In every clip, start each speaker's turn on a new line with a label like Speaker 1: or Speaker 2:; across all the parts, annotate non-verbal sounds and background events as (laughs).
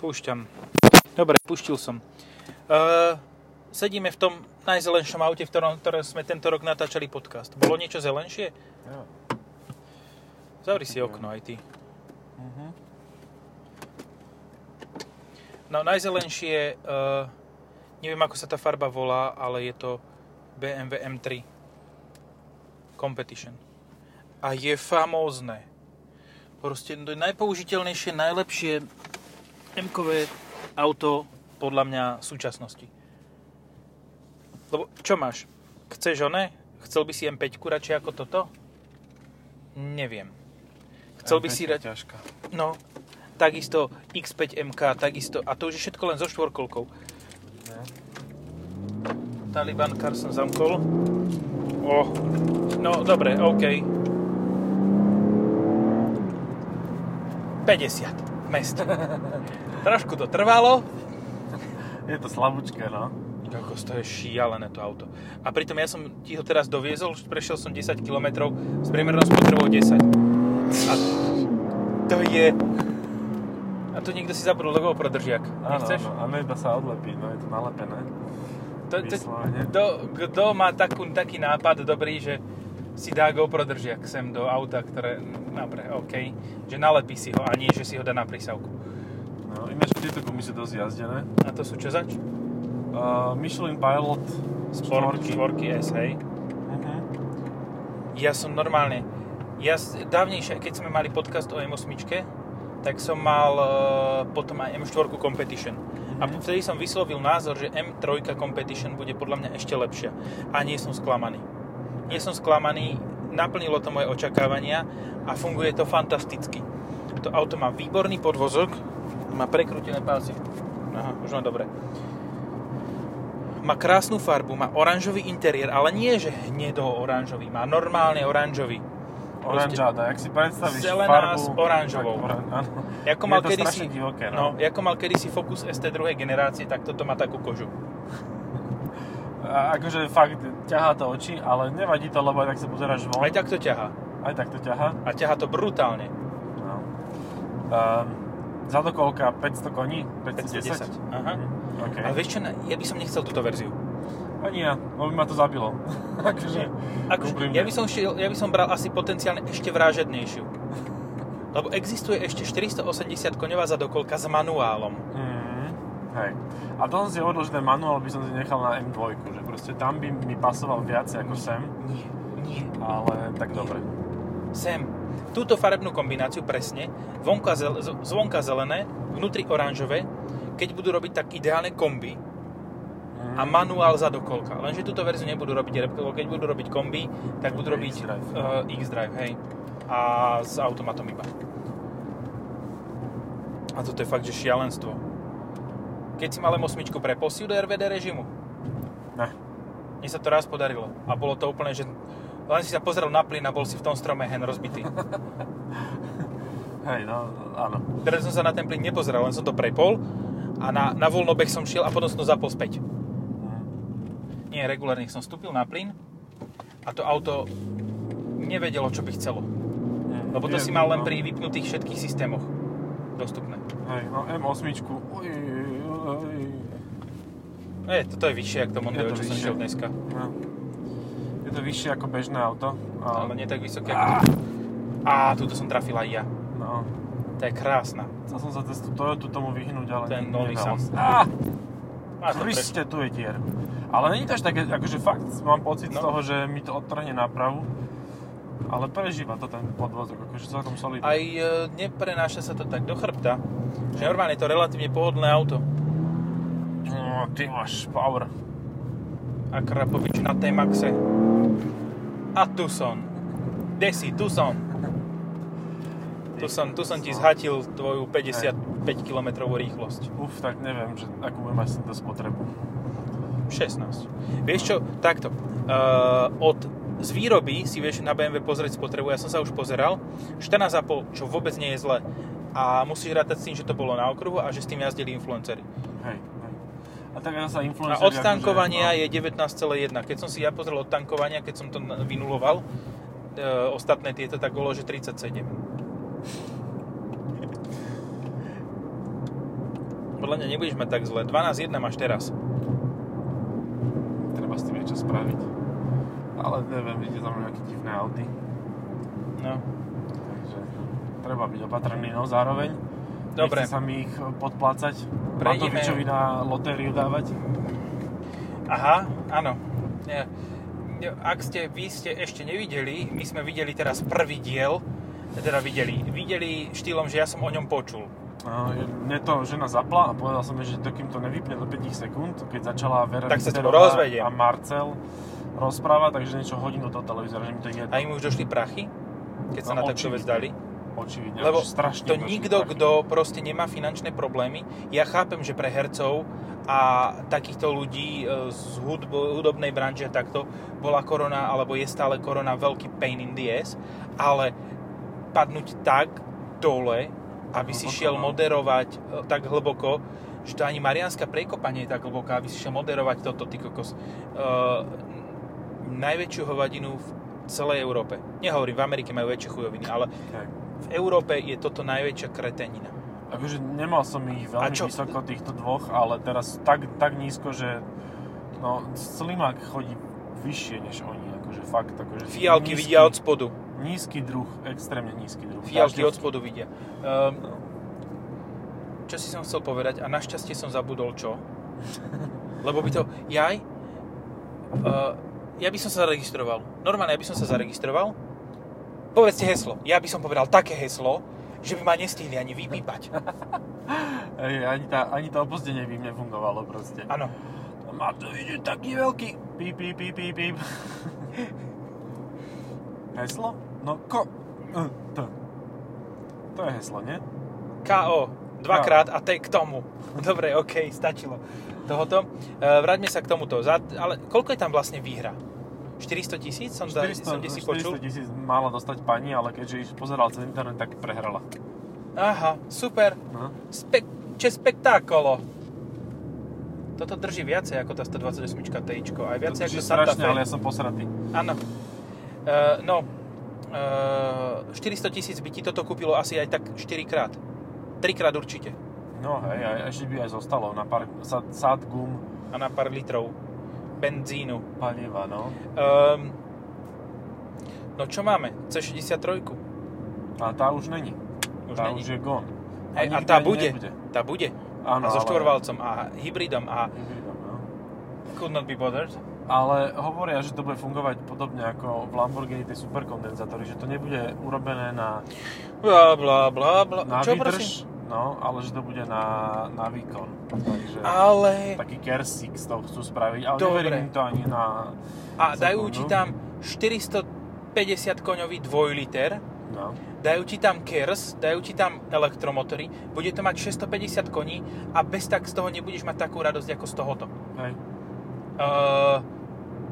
Speaker 1: Púšťam. Dobre, pustil som. E, sedíme v tom najzelenšom aute, v ktorom, ktorom sme tento rok natáčali podcast. Bolo niečo zelenšie?
Speaker 2: Jo.
Speaker 1: Zavri si okno aj ty. No najzelenšie, e, neviem ako sa tá farba volá, ale je to BMW M3 Competition. A je famózne. Proste to je najpoužiteľnejšie, najlepšie M-kové auto podľa mňa v súčasnosti. Lebo čo máš? Chceš one? Chcel by si M5 radšej ako toto? Neviem. Chcel by si radšej...
Speaker 2: ťažká.
Speaker 1: No, takisto X5 MK, takisto. A to už je všetko len so štvorkolkou.
Speaker 2: No.
Speaker 1: Taliban kar som zamkol. O, no dobre, OK. 50 mest. Trošku to trvalo.
Speaker 2: Je to slabúčke, no.
Speaker 1: Ako to je šialené to auto. A pritom ja som ti ho teraz doviezol, prešiel som 10 km s priemernou spotrebou 10. A to je... A to niekto si zabudol do GoPro-držiak. Nechceš?
Speaker 2: Áno, áno, iba sa odlepiť, no je to nalepené.
Speaker 1: To, to,
Speaker 2: Vyslovene.
Speaker 1: kto, kto má takú, taký nápad dobrý, že si dá GoPro držiak sem do auta, ktoré... Dobre, OK. Že nalepí si ho a nie, že si ho dá na prísavku.
Speaker 2: No, ináč tieto gumy sú dosť jazdené.
Speaker 1: A to sú čo zač?
Speaker 2: Uh, Michelin Pilot
Speaker 1: Sport, čtvorky S, hej.
Speaker 2: Mhm.
Speaker 1: Ja som normálne... Ja s- dávnejšie, keď sme mali podcast o M8, tak som mal e, potom aj M4 Competition. A
Speaker 2: Mhm.
Speaker 1: vtedy som vyslovil názor, že M3 Competition bude podľa mňa ešte lepšia. A nie som sklamaný. Nie som sklamaný, naplnilo to moje očakávania a funguje to fantasticky. To auto má výborný podvozok, má prekrútené pásy. Aha, už má dobre. Má krásnu farbu, má oranžový interiér, ale nie že hnedo oranžový, má normálne oranžový.
Speaker 2: Oranžáda, jak si predstavíš
Speaker 1: Zelená
Speaker 2: farbu...
Speaker 1: s oranžovou.
Speaker 2: Tak, oran- áno.
Speaker 1: Jako
Speaker 2: Je
Speaker 1: mal
Speaker 2: to
Speaker 1: kedysi,
Speaker 2: strašne divoké,
Speaker 1: no,
Speaker 2: no.
Speaker 1: jako mal kedysi Focus ST druhej generácie, tak toto má takú kožu.
Speaker 2: A akože fakt ťahá to oči, ale nevadí to, lebo aj tak sa pozeráš von.
Speaker 1: Aj tak to ťahá.
Speaker 2: Aj tak to ťahá.
Speaker 1: A ťahá to brutálne.
Speaker 2: No. Uh, zadokolka 500 koní?
Speaker 1: 510.
Speaker 2: 510?
Speaker 1: Aha.
Speaker 2: OK.
Speaker 1: Ale vieš čo, ne- ja by som nechcel túto verziu.
Speaker 2: Ani ja, lebo by ma to
Speaker 1: (laughs)
Speaker 2: zabilo. akože,
Speaker 1: Akože,
Speaker 2: úprimne.
Speaker 1: ja, by som šiel, ja by som bral asi potenciálne ešte vražednejšiu. Lebo existuje ešte 480 koňová zadokolka s manuálom.
Speaker 2: Mhm, Hej. A to som si hovoril, že ten manuál by som si nechal na M2, že proste tam by mi pasoval viac ako sem,
Speaker 1: Nie, nie.
Speaker 2: ale tak dobre.
Speaker 1: Sem. Túto farebnú kombináciu presne, vonka zel, z- zvonka zelené, vnútri oranžové, keď budú robiť tak ideálne kombi
Speaker 2: Mm.
Speaker 1: a manuál zadokolka. Lenže túto verziu nebudú robiť repko, keď budú robiť kombi, tak budú
Speaker 2: Bude
Speaker 1: robiť
Speaker 2: X-Drive.
Speaker 1: eh, X-Drive, hej. A s automatom iba. A toto je fakt, že šialenstvo. Keď si mal M8 preposil do RVD režimu,
Speaker 2: Ne.
Speaker 1: mne sa to raz podarilo. A bolo to úplne, že len si sa pozrel na plyn a bol si v tom strome hen rozbitý.
Speaker 2: Hej, no, áno.
Speaker 1: Teraz som sa na ten plyn nepozeral, len som to prepol a na, na voľnobeh som šiel a potom som to zapol späť.
Speaker 2: Mm.
Speaker 1: Nie, regulárne som vstúpil na plyn a to auto nevedelo, čo by chcelo.
Speaker 2: Mm,
Speaker 1: Lebo to
Speaker 2: viem,
Speaker 1: si mal len
Speaker 2: no.
Speaker 1: pri vypnutých všetkých systémoch dostupné.
Speaker 2: Hej, no M8, uj, uj,
Speaker 1: E, toto je vyššie, ako to Mondeo,
Speaker 2: Je to
Speaker 1: čo som
Speaker 2: vyššie.
Speaker 1: šiel dneska.
Speaker 2: no. Je to vyššie ako bežné auto,
Speaker 1: Ale
Speaker 2: ale...
Speaker 1: nie tak vysoké. ako- Á, túto som trafil aj ja.
Speaker 2: No.
Speaker 1: To je krásna.
Speaker 2: Chcel som sa cez tú Toyotu tomu vyhnúť, ale...
Speaker 1: Ten nový
Speaker 2: nedalo
Speaker 1: Samsung.
Speaker 2: sa. Ah! Á,
Speaker 1: Máš to pre...
Speaker 2: Kriste, tu je dier. Ale není to až také, akože fakt mám pocit z
Speaker 1: No.
Speaker 2: toho, že mi to odtrhne nápravu. Ale prežíva to ten podvozok, akože celkom solidný.
Speaker 1: Aj e, neprenáša sa to tak do chrbta, že normálne je to relatívne pohodlné auto.
Speaker 2: No, ty máš power.
Speaker 1: a Krapovič na T-Maxe. A tu som. Kde si? Tu som. Tu som, tu som
Speaker 2: No,
Speaker 1: ti zhatil tvoju 55 km rýchlosť.
Speaker 2: Uf, tak neviem, že akú budem mať to spotrebu.
Speaker 1: 16. Vieš čo, takto. Uh, od z výroby si vieš na BMW pozrieť spotrebu, ja som sa už pozeral, 14,5, čo vôbec nie je zle. A musíš rátať s tým, že to bolo na okruhu a že s tým jazdili influencery.
Speaker 2: Hej, hej. A tak ja sa
Speaker 1: A
Speaker 2: influencer... akože,
Speaker 1: od tankovania je 19,1. Keď som si ja pozrel od tankovania, keď som to na- vynuloval, e, ostatné tieto, tak bolo, že 37. podľa mňa nebudeš mať tak zle. 12.1 máš teraz.
Speaker 2: no, Treba s tým niečo spraviť. Ale neviem, ide tam nejaké divné auty.
Speaker 1: No.
Speaker 2: Takže treba byť opatrný, no zároveň.
Speaker 1: Dobre.
Speaker 2: Nechce sa mi ich podplácať.
Speaker 1: Prejdime.
Speaker 2: Matovičovi na lotériu dávať.
Speaker 1: Aha, áno. Ja, ja, ak ste, vy ste ešte nevideli, my sme videli teraz prvý diel, teda videli, videli štýlom, že ja som o ňom počul.
Speaker 2: No, mne to žena zapla a povedal som jej, že dokým to nevypne do 5 sekúnd, keď začala Vera
Speaker 1: Tak sa s tebou
Speaker 2: Richterová
Speaker 1: rozvediem.
Speaker 2: a Marcel rozpráva, takže niečo hodinu do toho televízora, že mi to je jedno.
Speaker 1: A im už došli prachy, keď sa na
Speaker 2: No,
Speaker 1: takto
Speaker 2: očividne.
Speaker 1: vec dali.
Speaker 2: Očividne,
Speaker 1: Lebo
Speaker 2: už strašne
Speaker 1: to
Speaker 2: došli
Speaker 1: nikto,
Speaker 2: prachy.
Speaker 1: kto proste nemá finančné problémy, ja chápem, že pre hercov a takýchto ľudí e, z hudb- hudobnej branže a takto bola korona, alebo je stále korona veľký pain in the ass, ale padnúť tak dole, aby si
Speaker 2: Hlboko,
Speaker 1: šiel
Speaker 2: no.
Speaker 1: moderovať e, tak hlboko, že to ani Marianská prekopa nie je tak hlboká, aby si šiel moderovať toto, ty kokos. E, najväčšiu hovadinu v celej Európe. Nehovorím, v Amerike majú väčšie chujoviny, ale
Speaker 2: Tak.
Speaker 1: v Európe je toto najväčšia kretenina.
Speaker 2: Akože nemal som ich
Speaker 1: A
Speaker 2: veľmi
Speaker 1: čo?
Speaker 2: vysoko týchto dvoch, ale teraz tak, tak nízko, že no, Slimák chodí vyššie než oni, akože fakt. Akože
Speaker 1: Fialky
Speaker 2: nízky-
Speaker 1: vidia od spodu.
Speaker 2: Nízky druh, extrémne nízky druh.
Speaker 1: Fialky
Speaker 2: Každý-
Speaker 1: od spodu vidia. Ehm, čo si som chcel povedať a našťastie som zabudol čo. Lebo by to... Jaj? Uh, ja by som sa zaregistroval. Normálne, ja by som sa zaregistroval. Povedzte heslo. Ja by som povedal také heslo, že by ma nestihli ani vypípať.
Speaker 2: Ej, ani, tá, ani to opozdenie by im nefungovalo proste.
Speaker 1: Áno.
Speaker 2: No Má to ide taký veľký. Píp, píp, píp, píp, píp. (laughs) Heslo? No ko... e, T. To je heslo, nie?
Speaker 1: KO. Dvakrát a
Speaker 2: No.
Speaker 1: te k tomu. (laughs) Dobre, OK, stačilo. Tohoto. E, vráťme sa k tomuto. Za, ale koľko je tam vlastne výhra? 400 tisíc? Som, 400, som
Speaker 2: 400
Speaker 1: si
Speaker 2: 400
Speaker 1: počul.
Speaker 2: no, tisíc mala dostať pani, ale keďže iš- pozeral cez internet, tak prehrala.
Speaker 1: Aha, super.
Speaker 2: No.
Speaker 1: Spek, če spektákolo. Toto drží viacej ako tá 128 TIčko. Aj viacej
Speaker 2: To
Speaker 1: ako
Speaker 2: je
Speaker 1: Santa
Speaker 2: strašne,
Speaker 1: Fe.
Speaker 2: ale ja som posratý.
Speaker 1: Áno. E, no, e, 400 tisíc by ti toto kúpilo asi aj tak 4 krát. 3 krát určite.
Speaker 2: No hej, a a ešte by aj zostalo na pár sad, sad gum
Speaker 1: A na pár litrov benzínu.
Speaker 2: paliva, no.
Speaker 1: Um, no čo máme? C63.
Speaker 2: A tá už není.
Speaker 1: Už
Speaker 2: tá
Speaker 1: není.
Speaker 2: už je gone.
Speaker 1: Hej, a
Speaker 2: nikdy
Speaker 1: tá
Speaker 2: ani
Speaker 1: bude.
Speaker 2: nebude.
Speaker 1: Tá bude.
Speaker 2: Áno,
Speaker 1: a so
Speaker 2: ale-
Speaker 1: štvorvalcom a hybridom a
Speaker 2: Hybridom, no.
Speaker 1: could not be bothered.
Speaker 2: Ale hovoria, že to bude fungovať podobne ako v Lamborghini tie superkondenzátory, že to nebude urobené na,
Speaker 1: Bla, bla, bla, bla.
Speaker 2: na
Speaker 1: čo prosím?
Speaker 2: výdrž, no, ale že to bude na, na výkon. Takže
Speaker 1: Ale...
Speaker 2: taký kersík z toho chcú spraviť, ale
Speaker 1: Dobre.
Speaker 2: neverím im to ani na...
Speaker 1: A dajú
Speaker 2: sekundu.
Speaker 1: ti tam 450 koňový dvojliter,
Speaker 2: No.
Speaker 1: dajú ti tam KERS, dajú ti tam elektromotory, bude to mať 650 koní a bez tak z toho nebudeš mať takú radosť ako z tohoto.
Speaker 2: Hej.
Speaker 1: Uh,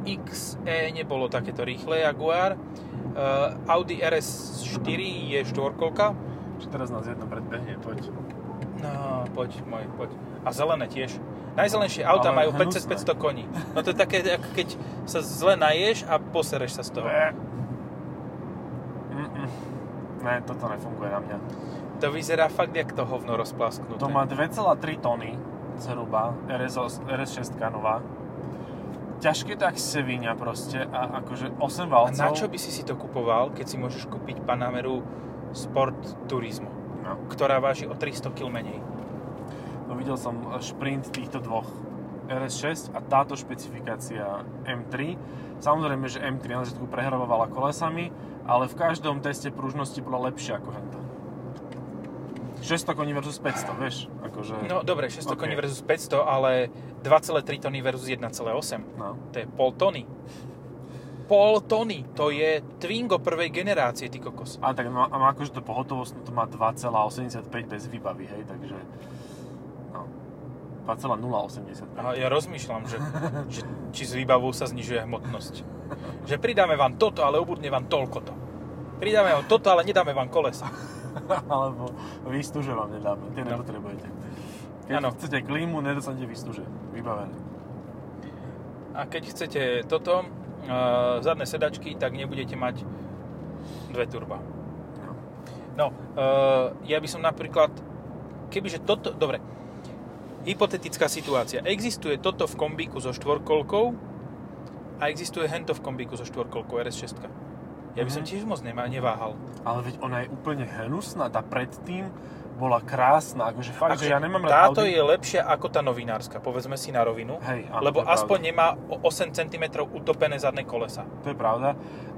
Speaker 1: XE E nebolo takéto rýchle Jaguar. Uh, Audi RS4 je štvorkolka.
Speaker 2: Čo teraz nás jedno predbehne, poď.
Speaker 1: No, poď, môj, poď. A zelené tiež. Najzelenšie auta
Speaker 2: Ale
Speaker 1: majú 5 cez 500
Speaker 2: hnusné.
Speaker 1: koní. No to je také, ako keď sa zle naješ a posereš sa z toho.
Speaker 2: Mm-mm. Ne, toto nefunguje na mňa.
Speaker 1: To vyzerá fakt, jak to hovno rozplasknuté.
Speaker 2: To má 2,3 tony zhruba, RS, RS6 nová. Ťažké tak sevíňa proste a akože 8
Speaker 1: a
Speaker 2: valcov.
Speaker 1: na čo by si si to kupoval, keď si môžeš kúpiť Panameru Sport Turismo,
Speaker 2: No,
Speaker 1: ktorá váži o 300 kg menej?
Speaker 2: no videl som šprint týchto dvoch. RS6 a táto špecifikácia M3. Samozrejme, že M3 na začiatku prehrabovala kolesami, ale v každom teste pružnosti bola lepšia ako hento. 600 koní versus 500, vieš? Akože,
Speaker 1: No dobre, 600
Speaker 2: Ok.
Speaker 1: koní versus 500, ale 2,3 tony versus 1,8.
Speaker 2: no.
Speaker 1: To je pol tony. Pol tony, to je Twingo prvej generácie, ty kokos.
Speaker 2: A tak má, a má akože to pohotovostnú, to má 2,85 bez výbavy, hej, takže... No. 2,085.
Speaker 1: A ja rozmýšľam, že, že či s výbavou sa znižuje hmotnosť. Že pridáme vám toto, ale ubudne vám toľko to. Pridáme vám toto, ale nedáme vám kolesa.
Speaker 2: (laughs) Alebo výstuže vám nedáme, tie
Speaker 1: No.
Speaker 2: nepotrebujete. Keď
Speaker 1: Áno.
Speaker 2: chcete klímu, nedostanete výstuže. Vybavené.
Speaker 1: A keď chcete toto, e, zadné sedačky, tak nebudete mať dve turba.
Speaker 2: No.
Speaker 1: No, e, ja by som napríklad, kebyže toto, dobre, hypotetická situácia. Existuje toto v kombíku so štvorkolkou a existuje hento v kombíku so štvorkolkou RS6. Ja by som
Speaker 2: Mhm.
Speaker 1: tiež moc nema, neváhal.
Speaker 2: Ale veď ona je úplne hnusná, tá predtým bola krásna, akože fakt, že ja nemám rád
Speaker 1: táto
Speaker 2: Audi.
Speaker 1: je lepšia ako tá novinárska, povedzme si na rovinu.
Speaker 2: Hej, áno,
Speaker 1: lebo
Speaker 2: to je
Speaker 1: aspoň nemá o 8 cm utopené zadné kolesa.
Speaker 2: pravda, To je pravda,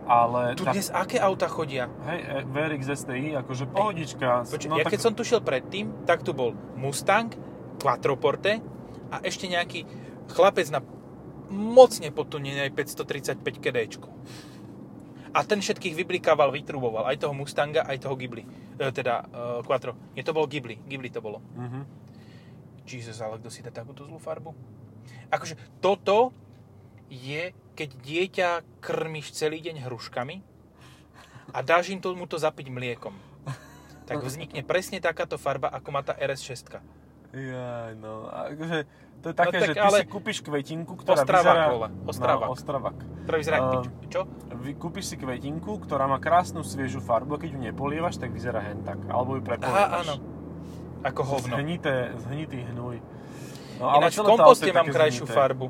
Speaker 2: ale
Speaker 1: Tu
Speaker 2: tá,
Speaker 1: dnes aké auta chodia?
Speaker 2: hej, e, VRX STI, akože pohodička.
Speaker 1: Počuť, no, ja keď som tušiel predtým, tak tu bol Mustang, Quattroporte a ešte nejaký chlapec na mocne potunenej 535 KDčku. A ten všetkých vyblikával, vytruboval. Aj toho Mustanga, aj toho Ghibli. E, teda e, Quattro. Nie, to bol Ghibli. Ghibli to bolo.
Speaker 2: Mhm.
Speaker 1: Jesus, ale kto si dá takúto zlú farbu? Akože toto je, keď dieťa krmiš celý deň hruškami a dáš im tomu to zapiť mliekom.
Speaker 2: (laughs)
Speaker 1: Tak vznikne presne takáto farba, ako má tá RS6.
Speaker 2: Jaj, no, akože to je také,
Speaker 1: No tak
Speaker 2: že ty
Speaker 1: ale-
Speaker 2: si kúpiš kvetinku, ktorá
Speaker 1: Ostravák,
Speaker 2: vyzerá...
Speaker 1: vole, Ostravák.
Speaker 2: No, ostravak.
Speaker 1: Ktorá vyzerá
Speaker 2: Ehm.
Speaker 1: uh, Čo?
Speaker 2: Vy kúpiš si kvetinku, ktorá má krásnu sviežu farbu a keď ju nepolievaš, tak vyzerá hen tak. Alebo ju prepolievaš.
Speaker 1: Aha, áno. Ako hovno.
Speaker 2: Zhnité, zhnitý hnoj. No,
Speaker 1: Ináč v
Speaker 2: celé no, to auto
Speaker 1: komposte
Speaker 2: je
Speaker 1: mám
Speaker 2: také
Speaker 1: krajšiu
Speaker 2: zhnité.
Speaker 1: farbu.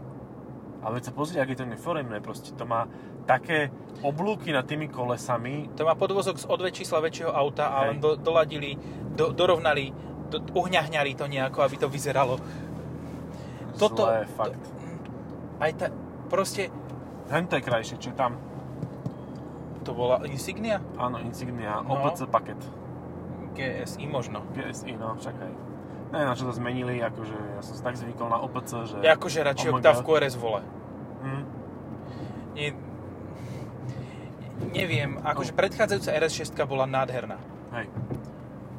Speaker 2: Ale veď sa pozri, aké to neforemné proste. To má také oblúky nad tými kolesami.
Speaker 1: To má podvozok z o dve čísla väčšieho auta a
Speaker 2: Hej.
Speaker 1: len do, doladili, do, dorovnali, do, uhňahňali to nejako, aby to vyzeralo. Toto,
Speaker 2: Zlé, fakt.
Speaker 1: To, aj tá, proste,
Speaker 2: Hen to je krajšie, čo je tam.
Speaker 1: to bola Insignia?
Speaker 2: Áno, Insignia,
Speaker 1: No.
Speaker 2: OPC paket.
Speaker 1: GSI možno.
Speaker 2: GSI, no, čakaj. Neviem, na čo to zmenili, akože ja som si tak zvykol na OPC, že...
Speaker 1: Ja akože radšej
Speaker 2: Oh my
Speaker 1: Octavku
Speaker 2: God.
Speaker 1: RS vole.
Speaker 2: Hm.
Speaker 1: Nie, neviem,
Speaker 2: Hm.
Speaker 1: akože predchádzajúca RS6 bola nádherná.
Speaker 2: Hej,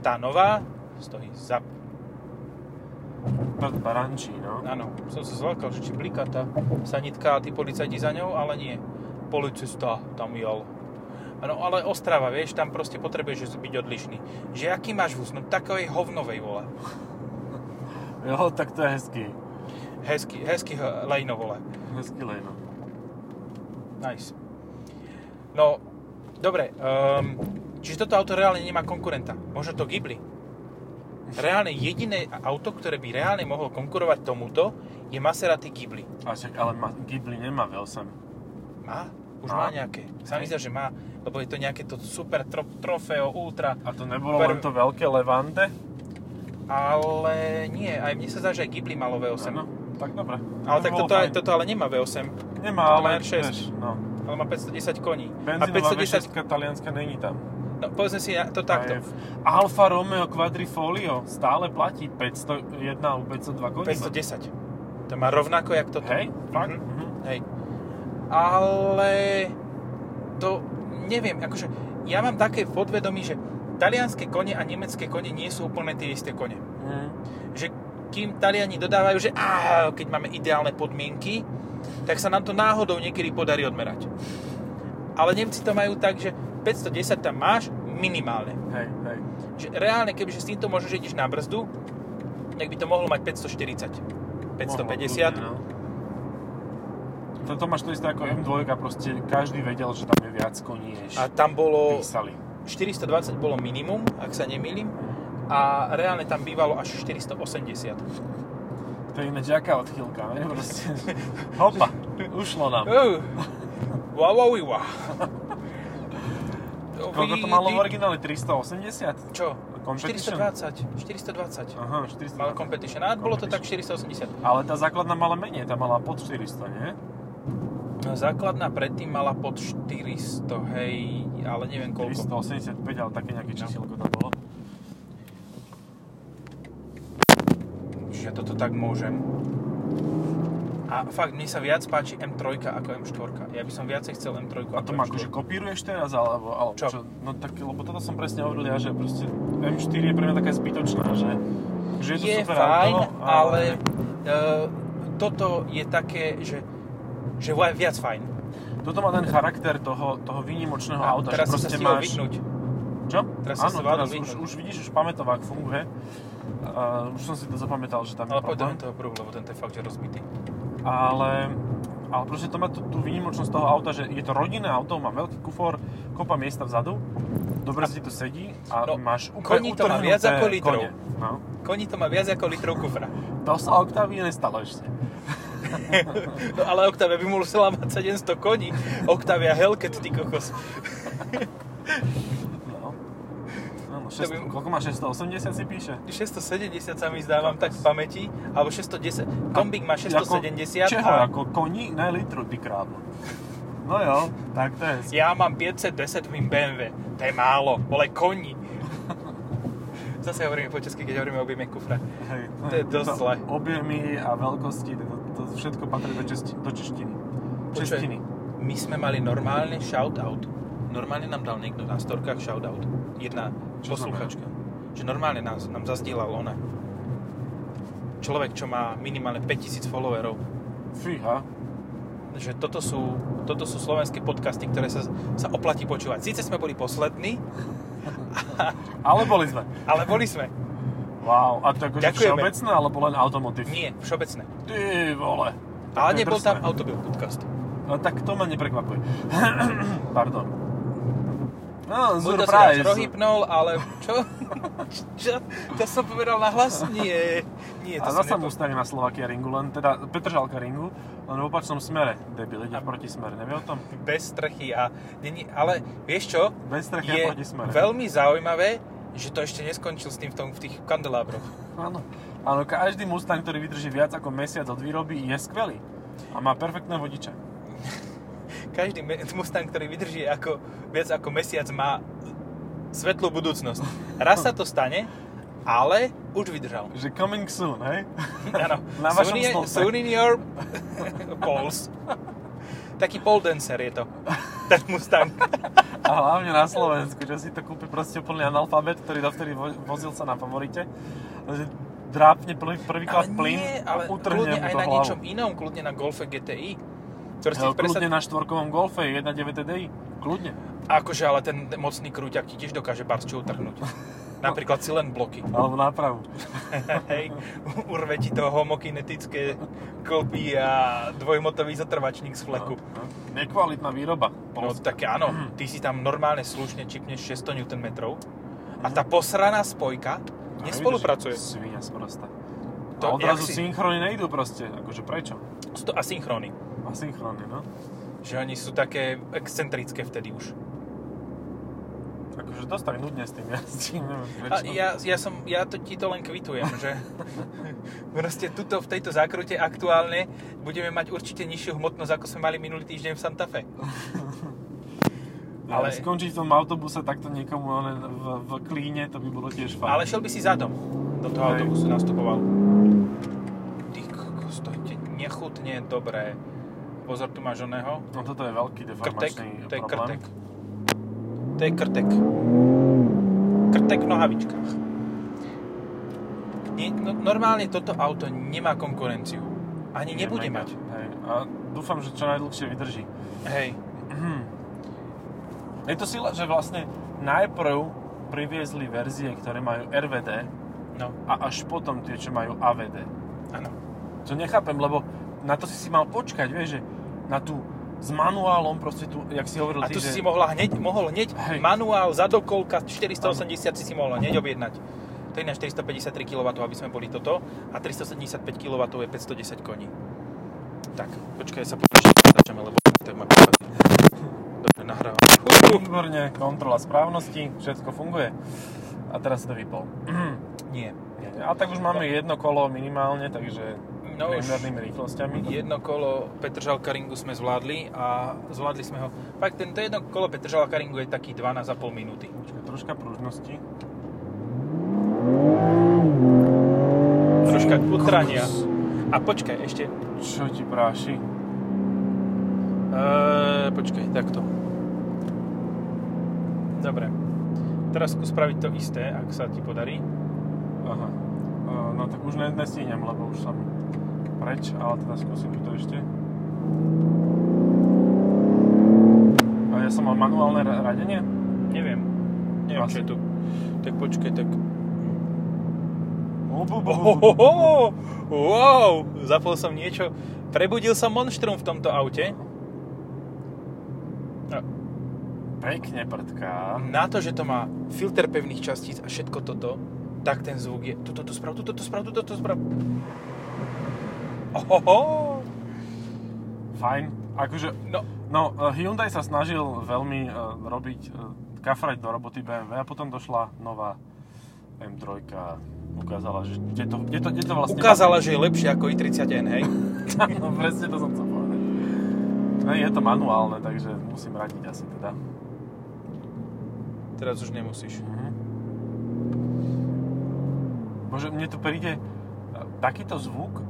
Speaker 1: Tá nová stojí za...
Speaker 2: tak barančí, no.
Speaker 1: Áno, som sa zlákal, že či bliká tá sanitka a tí policajti za ňou, ale nie. Policista tam jel. No ale Ostrava, vieš, tam proste potrebuješ byť odlišný. Že aký máš vkus? No takovej hovnovej vole.
Speaker 2: Jo, tak to je hezký.
Speaker 1: Hezky, hezky h- lejno eh, vole.
Speaker 2: Hezký no. lejno.
Speaker 1: Nice. No, dobre. Um, čiže toto auto reálne nemá konkurenta. Možno to Ghibli. Reálne jediné auto, ktoré by reálne mohlo konkurovať tomuto, je Maserati Ghibli.
Speaker 2: A však, ale ma, Ghibli nemá V8.
Speaker 1: Má? Už má,
Speaker 2: Má.
Speaker 1: nejaké. Sa mi zdá, že má, lebo je to nejaké to super tro, trofeo, ultra,
Speaker 2: A to nebolo
Speaker 1: Per-
Speaker 2: len to veľké Levante?
Speaker 1: ale nie, aj mne sa zdá, že aj Ghibli malo V8.
Speaker 2: Áno. No, Tak dobre.
Speaker 1: Ale
Speaker 2: To
Speaker 1: tak
Speaker 2: bolo
Speaker 1: toto, aj,
Speaker 2: fajn.
Speaker 1: toto ale nemá V8,
Speaker 2: Nemá,
Speaker 1: toto má
Speaker 2: ale...
Speaker 1: R6.
Speaker 2: vieš, no.
Speaker 1: ale má 510 koní. A
Speaker 2: Benzínová
Speaker 1: 510,
Speaker 2: V6 talianska není tam.
Speaker 1: no povedzme si ja- to
Speaker 2: Tá je
Speaker 1: takto.
Speaker 2: v- Alfa Romeo Quadrifoglio stále platí 501 alebo 502 koní.
Speaker 1: 510. To má rovnako, jak toto.
Speaker 2: Hej,
Speaker 1: Mhm.
Speaker 2: fakt? Mhm.
Speaker 1: Hej. Ale to neviem, akože ja mám také podvedomie, že talianské kone a nemecké kone nie sú úplne tie isté kone.
Speaker 2: Mhm.
Speaker 1: Že kým Taliani dodávajú, že á, keď máme ideálne podmienky, tak sa nám to náhodou niekedy podarí odmerať. Ale Nemci to majú tak, že 510 tam máš minimálne.
Speaker 2: Hej, hej.
Speaker 1: Že reálne, kebyže s týmto možno, že ideš na brzdu, tak by to mohlo mať 540, 550.
Speaker 2: Mohlo,
Speaker 1: No.
Speaker 2: kľudne, no. Toto máš to isté ako M2, proste každý vedel, že tam je viac koní, než
Speaker 1: a tam bolo
Speaker 2: písali.
Speaker 1: 420 bolo minimum, ak sa nemýlim, a reálne tam bývalo až 480.
Speaker 2: To je ináč jaká odchýlka, ne? Proste, (laughs) hopa, ušlo nám.
Speaker 1: Uh, wow, wow, wow.
Speaker 2: Koľko to malo v originále? 380?
Speaker 1: Čo?
Speaker 2: Competition?
Speaker 1: 420. 420.
Speaker 2: Aha, 400.
Speaker 1: Malo competition. A bolo to tak 480.
Speaker 2: Ale tá základná mala menej, tá mala pod 400, nie?
Speaker 1: No, Základná predtým mala pod 400, hej, ale neviem koľko. No.
Speaker 2: 385, ale také nejaké čísielko tam bolo.
Speaker 1: Čiže toto tak môžem. A fakt, mne sa viac páči M3 ako M4. Ja by som viacej chcel M3
Speaker 2: A to ma akože kopíruješ teraz, alebo, alebo
Speaker 1: Čo?
Speaker 2: čo? No tak, lebo toto som presne hovoril ja, že proste M4 je pre mňa taká zbytočná, že, že je to
Speaker 1: je
Speaker 2: super
Speaker 1: fajn,
Speaker 2: auto,
Speaker 1: ale e, toto je také, že, že vi- viac fajn.
Speaker 2: toto má ten charakter toho, toho výnimočného
Speaker 1: A
Speaker 2: auta,
Speaker 1: teraz som
Speaker 2: že
Speaker 1: sa
Speaker 2: proste
Speaker 1: stihol
Speaker 2: máš...
Speaker 1: vyhnúť.
Speaker 2: Čo?
Speaker 1: Teraz som
Speaker 2: Áno,
Speaker 1: sa zvládol
Speaker 2: teraz už,
Speaker 1: vyhnúť.
Speaker 2: už vidíš, už pamätovák funguje. Uh, už som si to zapamätal, že tam
Speaker 1: Ale
Speaker 2: je
Speaker 1: poď No, do
Speaker 2: problém.
Speaker 1: toho pruhu, lebo ten je fakt, že rozbitý.
Speaker 2: Ale ale proste to má tú, tú výnimočnosť toho auta, že je to rodinné auto, má veľký kufor, kopa miesta vzadu, dobre si to sedí a
Speaker 1: No,
Speaker 2: máš
Speaker 1: koní to má viac
Speaker 2: utrhnuté
Speaker 1: ako litrov.
Speaker 2: kone. No.
Speaker 1: Koni to má viac ako litrov kufra. (laughs)
Speaker 2: To sa Octavia nestalo ešte.
Speaker 1: No, ale Octavia by musela mať 700 koní. Octavia Hellcat, ty kokos. (laughs)
Speaker 2: No. Áno,
Speaker 1: To
Speaker 2: 6,
Speaker 1: by-
Speaker 2: Koľko má? 680 si píše?
Speaker 1: 670 sa mi zdávam tak v pamäti, alebo 610. Kombík má 670
Speaker 2: Ako, čeho?
Speaker 1: a
Speaker 2: Ako koní na litru, ty krávo. No jo, tak to je.
Speaker 1: ja mám 510 v mým BMW. To je málo, vole koni. (laughs) Zase hovoríme po česky, keď hovoríme o objeme kufra.
Speaker 2: Hej,
Speaker 1: To je dosť zle.
Speaker 2: Objemy a veľkosti, to, to všetko patrí do, česti, do češtiny.
Speaker 1: Počkaj,
Speaker 2: Češtiny.
Speaker 1: My sme mali normálne shoutout. Normálne nám dal niekto na storkách shoutout. Jedna
Speaker 2: Čo
Speaker 1: posluchačka. Že normálne nás, nám zazdielal ona. Človek, čo má minimálne 5000 followerov.
Speaker 2: Fíha.
Speaker 1: že toto sú, toto sú slovenské podcasty, ktoré sa, sa oplatí počúvať. Síce sme boli poslední,
Speaker 2: Ale boli sme.
Speaker 1: ale boli sme.
Speaker 2: Wow, a to akože
Speaker 1: Ďakujeme.
Speaker 2: všeobecné, alebo len automotív?
Speaker 1: Nie, všeobecné.
Speaker 2: Ty vole. Tak
Speaker 1: Ale
Speaker 2: to je
Speaker 1: nebol
Speaker 2: drsné.
Speaker 1: tam autobil podcast.
Speaker 2: No tak to ma neprekvapuje. (clears throat) Pardon. No,
Speaker 1: Buď to si nás
Speaker 2: surprise.
Speaker 1: rohypnol, ale čo? (laughs) čo? To som povedal na hlas? Nie. Nie, to
Speaker 2: A
Speaker 1: som
Speaker 2: zase
Speaker 1: nepo-
Speaker 2: mu stane na Slovakia ringu, len teda Petržalka ringu, len v opačnom smere. Debil, ide
Speaker 1: A-
Speaker 2: v protismere, nevie o tom?
Speaker 1: Bez strechy a... Není, ale vieš čo?
Speaker 2: Bez strechy
Speaker 1: Je
Speaker 2: a proti smere.
Speaker 1: veľmi zaujímavé, že to ešte neskončil s tým v, tom, v tých kandelábroch.
Speaker 2: Áno. Áno, každý Mustang, ktorý vydrží viac ako mesiac od výroby, je skvelý. A má perfektné vodiče.
Speaker 1: Každý me- Mustang, ktorý vydrží ako, viac ako mesiac, má svetlú budúcnosť. Raz sa to stane, ale už vydržal.
Speaker 2: (laughs) Že coming soon, hej?
Speaker 1: Áno.
Speaker 2: Na vašom
Speaker 1: Soon i-
Speaker 2: slove.
Speaker 1: Soon in your balls. Taký pole dancer je to. Ten Mustang.
Speaker 2: (laughs) A hlavne na Slovensku, že si to kúpi proste úplný analfabet, ktorý dovtedy vo- vozil sa na favorite. Že drápne prvý, prvýkrát plyn
Speaker 1: ale
Speaker 2: a utrhne
Speaker 1: kľudne
Speaker 2: mu
Speaker 1: aj
Speaker 2: to
Speaker 1: na
Speaker 2: hlavu.
Speaker 1: niečom inom, kľudne na Golfe GTI. Ktorý si
Speaker 2: Hej,
Speaker 1: presad...
Speaker 2: Kľudne na štvorkovom golfe, 1.9 TDI. Kľudne.
Speaker 1: (laughs) Akože, ale ten mocný krúťak ti tiež dokáže barčo utrhnúť. Napríklad si len bloky. (laughs)
Speaker 2: Alebo nápravu.
Speaker 1: Hej, urve ti to homokinetické klopy a dvojmotový zatrvačník z fleku.
Speaker 2: No, Nekvalitná výroba.
Speaker 1: No
Speaker 2: Polská.
Speaker 1: tak áno, ty si tam normálne slušne čipneš 600 Nm a tá posraná spojka
Speaker 2: No,
Speaker 1: nespolupracuje.
Speaker 2: vidíš, Svinia sprosta.
Speaker 1: To,
Speaker 2: a odrazu
Speaker 1: jak si-
Speaker 2: synchrony nejdú proste. Akože prečo?
Speaker 1: Sú to asynchrony,
Speaker 2: Asynchrony, no.
Speaker 1: že oni sú také excentrické vtedy už.
Speaker 2: Akože dosť tak nudne s tým jazdím, neviem
Speaker 1: A
Speaker 2: prečo.
Speaker 1: ja, ja, som, ja to, ti to len kvitujem,
Speaker 2: (laughs)
Speaker 1: že proste tuto v tejto zákrute aktuálne budeme mať určite nižšiu hmotnosť, ako sme mali minulý týždeň v Santa Fe. ale-
Speaker 2: ale... Skončiť v tom autobuse takto niekomu len v, v klíne, to by bolo tiež fajn.
Speaker 1: Ale šiel by si zadom do toho
Speaker 2: Hej.
Speaker 1: autobusu nastupoval. Ty kokos, to je nechutne dobré. Pozor, tu máš oného.
Speaker 2: No toto je veľký
Speaker 1: Krtek,
Speaker 2: deformačný
Speaker 1: to je
Speaker 2: problém.
Speaker 1: krtek. To je krtek. Krtek v nohavičkách. Nie, no, normálne toto auto nemá konkurenciu. Ani
Speaker 2: Je
Speaker 1: nebude
Speaker 2: mega.
Speaker 1: mať.
Speaker 2: Hej. A dúfam, že čo najdlhšie vydrží. (clears throat)
Speaker 1: Hej.
Speaker 2: Je to sila, že vlastne najprv priviezli verzie, ktoré majú RVD
Speaker 1: No,
Speaker 2: a až potom tie, čo majú AVD.
Speaker 1: áno.
Speaker 2: Čo nechápem, lebo na to si si mal počkať, vieš, že na tú s manuálom proste tu, jak si hovoril
Speaker 1: A tu
Speaker 2: ty, že...
Speaker 1: si si mohla hneď, mohol hneď
Speaker 2: Hej.
Speaker 1: manuál zadokolka 480 si si mohla hneď objednať. To je na 453 kW, aby sme boli toto. A 375 kW je 510 koní. Tak, počkaj, sa poprosím, začneme, lebo tak ma pokazí. Dobre, nahrávam.
Speaker 2: Výborne, kontrola správnosti, všetko funguje. A teraz sa to vypol. (clears throat)
Speaker 1: Nie.
Speaker 2: Nie, nie. A tak už máme jedno kolo minimálne, takže
Speaker 1: No už
Speaker 2: priemernými rýchlosťami.
Speaker 1: jedno kolo Petržalka ringu sme zvládli a zvládli sme ho. Fakt, tento jedno kolo Petržalka ringu je taký 12,5 minúty.
Speaker 2: Počkaj, troška pružnosti.
Speaker 1: Troška utrania. A počkaj, ešte,
Speaker 2: Čo ti práši?
Speaker 1: Eee, počkaj, takto. Dobre. Teraz skús spraviť to isté, ak sa ti podarí.
Speaker 2: Aha. E, No tak už ne- nestíhnem, lebo už som preč, ale teda skúsim to ešte. A ja som mal manuálne ra- radenie?
Speaker 1: Neviem. Neviem, čo
Speaker 2: Asi.
Speaker 1: je tu. Tak počkej, tak...
Speaker 2: Bu, bu, bu, bu, bu.
Speaker 1: Ohohoho! wow, zapol som niečo. Prebudil som monštrum v tomto aute.
Speaker 2: Pekne prdká.
Speaker 1: Na to, že to má filter pevných častíc a všetko toto, tak ten zvuk je tuto to sprav, tuto to sprav, tuto to sprav. Ohoho.
Speaker 2: Fajn. Akože,
Speaker 1: No,
Speaker 2: no, eh, Hyundai sa snažil veľmi eh, robiť, eh, kafrať do roboty BMW a potom došla nová M3 ukázala, že kde to, kde to, kde to vlastne... (laughs)
Speaker 1: ukázala, že je lepšie ako i30N, hej?
Speaker 2: Áno, presne to som chcel povedať. No, je to manuálne, takže musím radiť asi teda.
Speaker 1: Teraz už nemusíš.
Speaker 2: Bože, mne tu príde e, takýto zvuk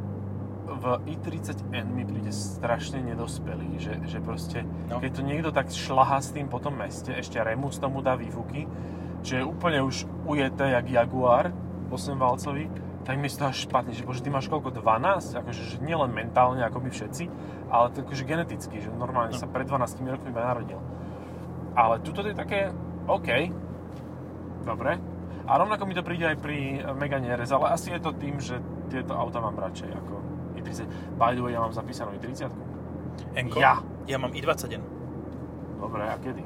Speaker 2: v i30N mi príde strašne nedospelý, že, že proste,
Speaker 1: No.
Speaker 2: no. keď to niekto tak šlaha s tým po tom meste, ešte Remus tomu dá výfuky, že je úplne už ujeté jak Jaguar 8-valcový, tak mi je z toho až špatne, že bože, ty máš koľko, 12? Akože že nielen mentálne, ako my všetci, ale to akože geneticky, že normálne
Speaker 1: No.
Speaker 2: sa pred 12 rokmi iba narodil. Ale tuto to je také, OK, Dobre. A rovnako mi to príde aj pri Megane RS, ale asi je to tým, že tieto auta mám radšej ako i30. By the way, ja mám zapísanú i30.
Speaker 1: Enko?
Speaker 2: Ja.
Speaker 1: Ja mám i21.
Speaker 2: Dobre, a kedy?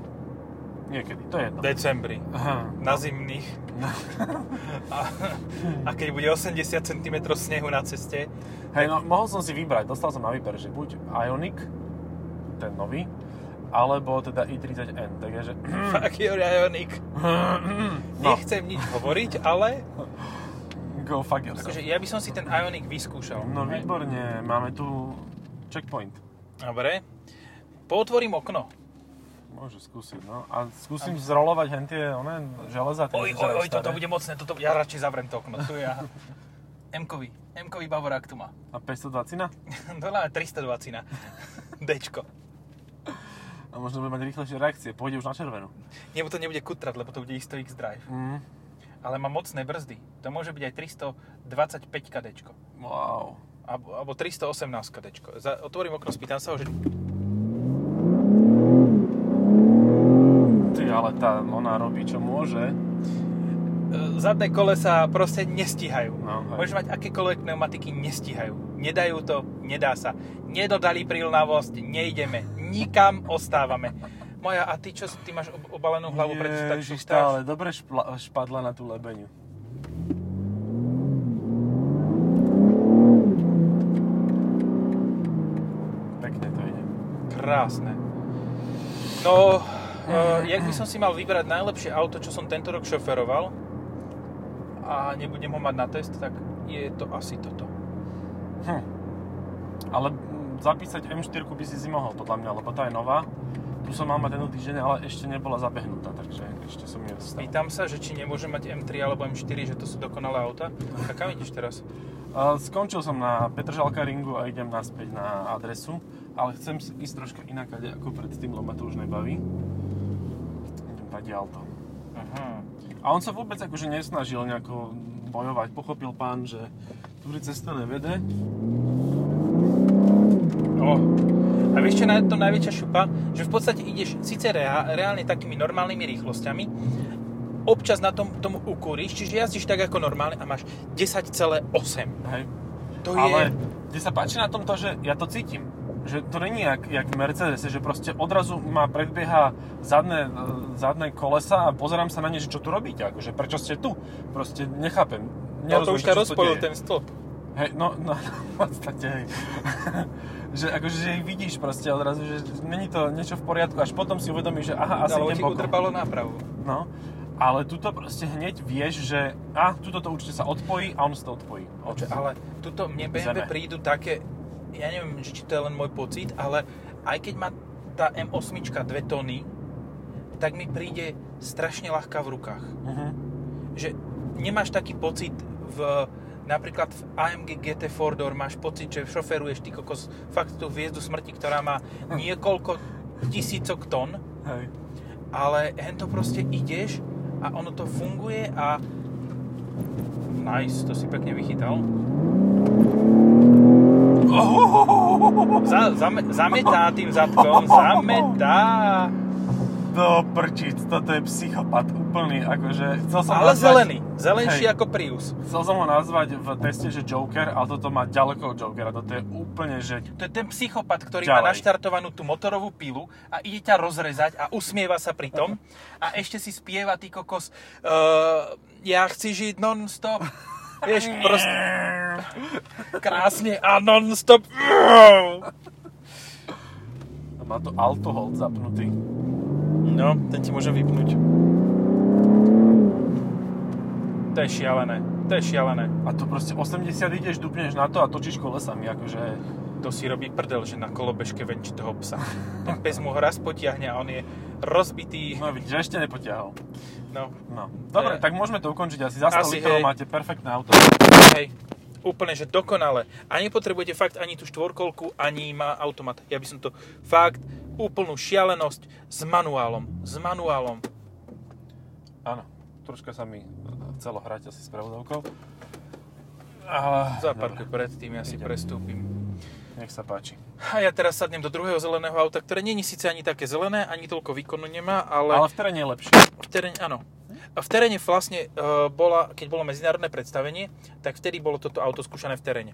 Speaker 2: Niekedy, to je jedno.
Speaker 1: V decembri.
Speaker 2: Aha.
Speaker 1: Na zimných. (laughs) A, a keď bude 80 cm snehu na ceste,
Speaker 2: Hej, no, mohol som si vybrať, dostal som na výber, že buď Ioniq, ten nový, alebo teda i30N, takže...
Speaker 1: fuck your Ioniq.
Speaker 2: no,
Speaker 1: Nechcem nič hovoriť, (laughs) ale
Speaker 2: (clears throat) go fuck yourself.
Speaker 1: akože ja by som si ten Ioniq vyskúšal.
Speaker 2: No
Speaker 1: Hej.
Speaker 2: výborne, máme tu checkpoint.
Speaker 1: Dobre. Pootvorím okno.
Speaker 2: Môže skúsiť, no. A skúsim zrolovať hen tie, one, železa. tie
Speaker 1: Oj, oj,
Speaker 2: vyzerajú
Speaker 1: oj, toto
Speaker 2: staré.
Speaker 1: bude mocné, toto ja radšej zavrem to okno. Tu ja. M-kový, M-kový Bavorák tu má.
Speaker 2: A 520
Speaker 1: (laughs) To máme 320 (laughs) na Dčko.
Speaker 2: A možno bude mať rýchlejšie reakcie, pôjde už na červenú.
Speaker 1: Nebo to nebude kutrať, lebo to bude isto X-Drive.
Speaker 2: Mm.
Speaker 1: Ale má mocné brzdy. To môže byť aj 325 Dčko.
Speaker 2: Wow.
Speaker 1: Abo, alebo 318 kadečko. Za, otvorím okno, spýtam sa ho, že e,
Speaker 2: Ty, ale tá, ona robí čo môže.
Speaker 1: e, zadné kolesa proste nestíhajú.
Speaker 2: No, hej.
Speaker 1: Môžeš mať akékoľvek pneumatiky, nestíhajú. Nedajú to, nedá sa. Nedodali prílnavosť, nejdeme. Nikam ostávame. Moja, a ty čo, ty máš ob- obalenú hlavu pred tak
Speaker 2: Ježiš,
Speaker 1: stále.
Speaker 2: stále dobre špla, špadla na tú lebeniu. Pekne to ide.
Speaker 1: Krásne. No, e, jak by som si mal vybrať najlepšie auto, čo som tento rok šoferoval a nebudem ho mať na test, tak je to asi toto.
Speaker 2: Hm. Ale mm, zapísať M4 by si si mohol, podľa mňa, lebo tá je nová. Tu som mal mať tento týždeň, ale ešte nebola zabehnutá, takže ešte som ju dostal.
Speaker 1: Pýtam sa, že či nemôžem mať M3 alebo M4, že to sú dokonalé auta. A kam ideš teraz?
Speaker 2: A Skončil som na Petržalka ringu a idem naspäť na adresu, ale chcem si ísť troška inakade ako predtým, lebo ma to už nebaví. Idem tak to.
Speaker 1: Aha.
Speaker 2: A on sa vôbec akože nesnažil nejako bojovať. Pochopil pán, že tudy cesta nevede.
Speaker 1: Oh. A vieš, čo je na to najväčšia šupa? Že v podstate ideš síce rea- reálne takými normálnymi rýchlosťami, občas na tom tomu ukúriš, čiže jazdíš tak ako normálne a máš 10,8.
Speaker 2: Hej.
Speaker 1: To je...
Speaker 2: Ale mne sa páči na tom to, že ja to cítim. Že to není jak, jak v Mercedese, že proste odrazu ma predbieha zadné, e, zadné kolesa a pozerám sa na ne, že čo tu robíte, akože prečo ste tu. Proste nechápem.
Speaker 1: No to
Speaker 2: Nerozumiem,
Speaker 1: už ťa
Speaker 2: čo sa tu
Speaker 1: rozpojil
Speaker 2: deje.
Speaker 1: ten stĺp.
Speaker 2: Hej, no, no, (laughs) v podstate, hej. (laughs) že akože, že ich vidíš proste odrazu, že není to niečo v poriadku, až potom si uvedomíš, že aha, asi
Speaker 1: Alebo
Speaker 2: idem
Speaker 1: ti
Speaker 2: bokom.
Speaker 1: udrbalo nápravu.
Speaker 2: No, ale tuto proste hneď vieš, že a, tuto to určite sa odpojí a on sa to odpojí. Od...
Speaker 1: Oče, ale tuto mne BMW
Speaker 2: Zeme.
Speaker 1: prídu také, ja neviem, že či to je len môj pocit, ale aj keď má tá M8 dve tony, tak mi príde strašne ľahká v rukách.
Speaker 2: Mhm.
Speaker 1: Že nemáš taký pocit v napríklad v AMG GT 4 Door máš pocit, že šoferuješ ty kokos fakt tú hviezdu smrti, ktorá má niekoľko tisícok tón,
Speaker 2: Hej.
Speaker 1: ale hen to proste ideš a ono to funguje a nice, to si pekne vychytal. Za, zame, zametá tým zadkom, zametá.
Speaker 2: do prčic, toto je psychopat úplný, akože chcel som
Speaker 1: Ale
Speaker 2: nazvať-
Speaker 1: zelený. Zelenší
Speaker 2: Hej.
Speaker 1: ako Prius.
Speaker 2: Chcel som ho nazvať v teste, že Joker, ale toto má ďaleko od Jokera, toto je úplne, že
Speaker 1: To je ten psychopat, ktorý má
Speaker 2: Ďalej.
Speaker 1: naštartovanú tú motorovú pilu a ide ťa rozrezať a usmieva sa pri tom a ešte si spieva ty kokos uh, ja chci žiť
Speaker 2: (laughs)
Speaker 1: non-stop. Vieš, proste krásne a
Speaker 2: (laughs)
Speaker 1: non-stop.
Speaker 2: má to alkohol zapnutý.
Speaker 1: No, ten ti môžem vypnúť. To je šialené. To je šialené.
Speaker 2: A to proste 80 ideš, dupneš na to a točíš kolesami, akože
Speaker 1: To si robí prdel, že na kolobežke venčí toho psa. Ten pes mu ho raz potiahne a on je rozbitý.
Speaker 2: no vidíš, že ešte nepotiahol.
Speaker 1: No,
Speaker 2: No. Dobre,
Speaker 1: Je.
Speaker 2: tak môžeme to ukončiť asi za 100
Speaker 1: Asi,
Speaker 2: litrov,
Speaker 1: hej.
Speaker 2: máte perfektné auto.
Speaker 1: hej, úplne, že dokonale. A nepotrebujete fakt ani tú štvorkolku, ani má automat. Ja by som to fakt úplnú šialenosť s manuálom. S manuálom.
Speaker 2: Áno, troška sa mi e, chcelo hrať asi s prevodovkou. Ale,
Speaker 1: Zaparkuj predtým, ja si
Speaker 2: Idem.
Speaker 1: prestúpim.
Speaker 2: dobre, nech sa páči.
Speaker 1: A ja teraz sadnem do druhého zeleného auta, ktoré není síce ani také zelené, ani toľko výkonu nemá, ale...
Speaker 2: Ale v teréne je lepšie.
Speaker 1: V teréne, áno. A V teréne vlastne e, bola, keď bolo medzinárodné predstavenie, tak vtedy bolo toto auto skúšané v teréne.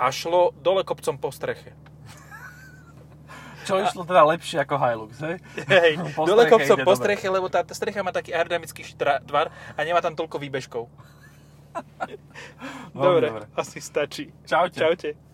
Speaker 1: A šlo dole kopcom po streche.
Speaker 2: Čo išlo teda lepšie ako Hilux, hej?
Speaker 1: Hej,
Speaker 2: Po
Speaker 1: dole
Speaker 2: streche
Speaker 1: kopcom
Speaker 2: ide
Speaker 1: po
Speaker 2: dobre.
Speaker 1: streche, lebo tá, tá strecha má taký aerodynamický štra- tvar a nemá tam toľko výbežkov.
Speaker 2: Veľmi dobre.
Speaker 1: asi stačí.
Speaker 2: Čaute.
Speaker 1: Čaute.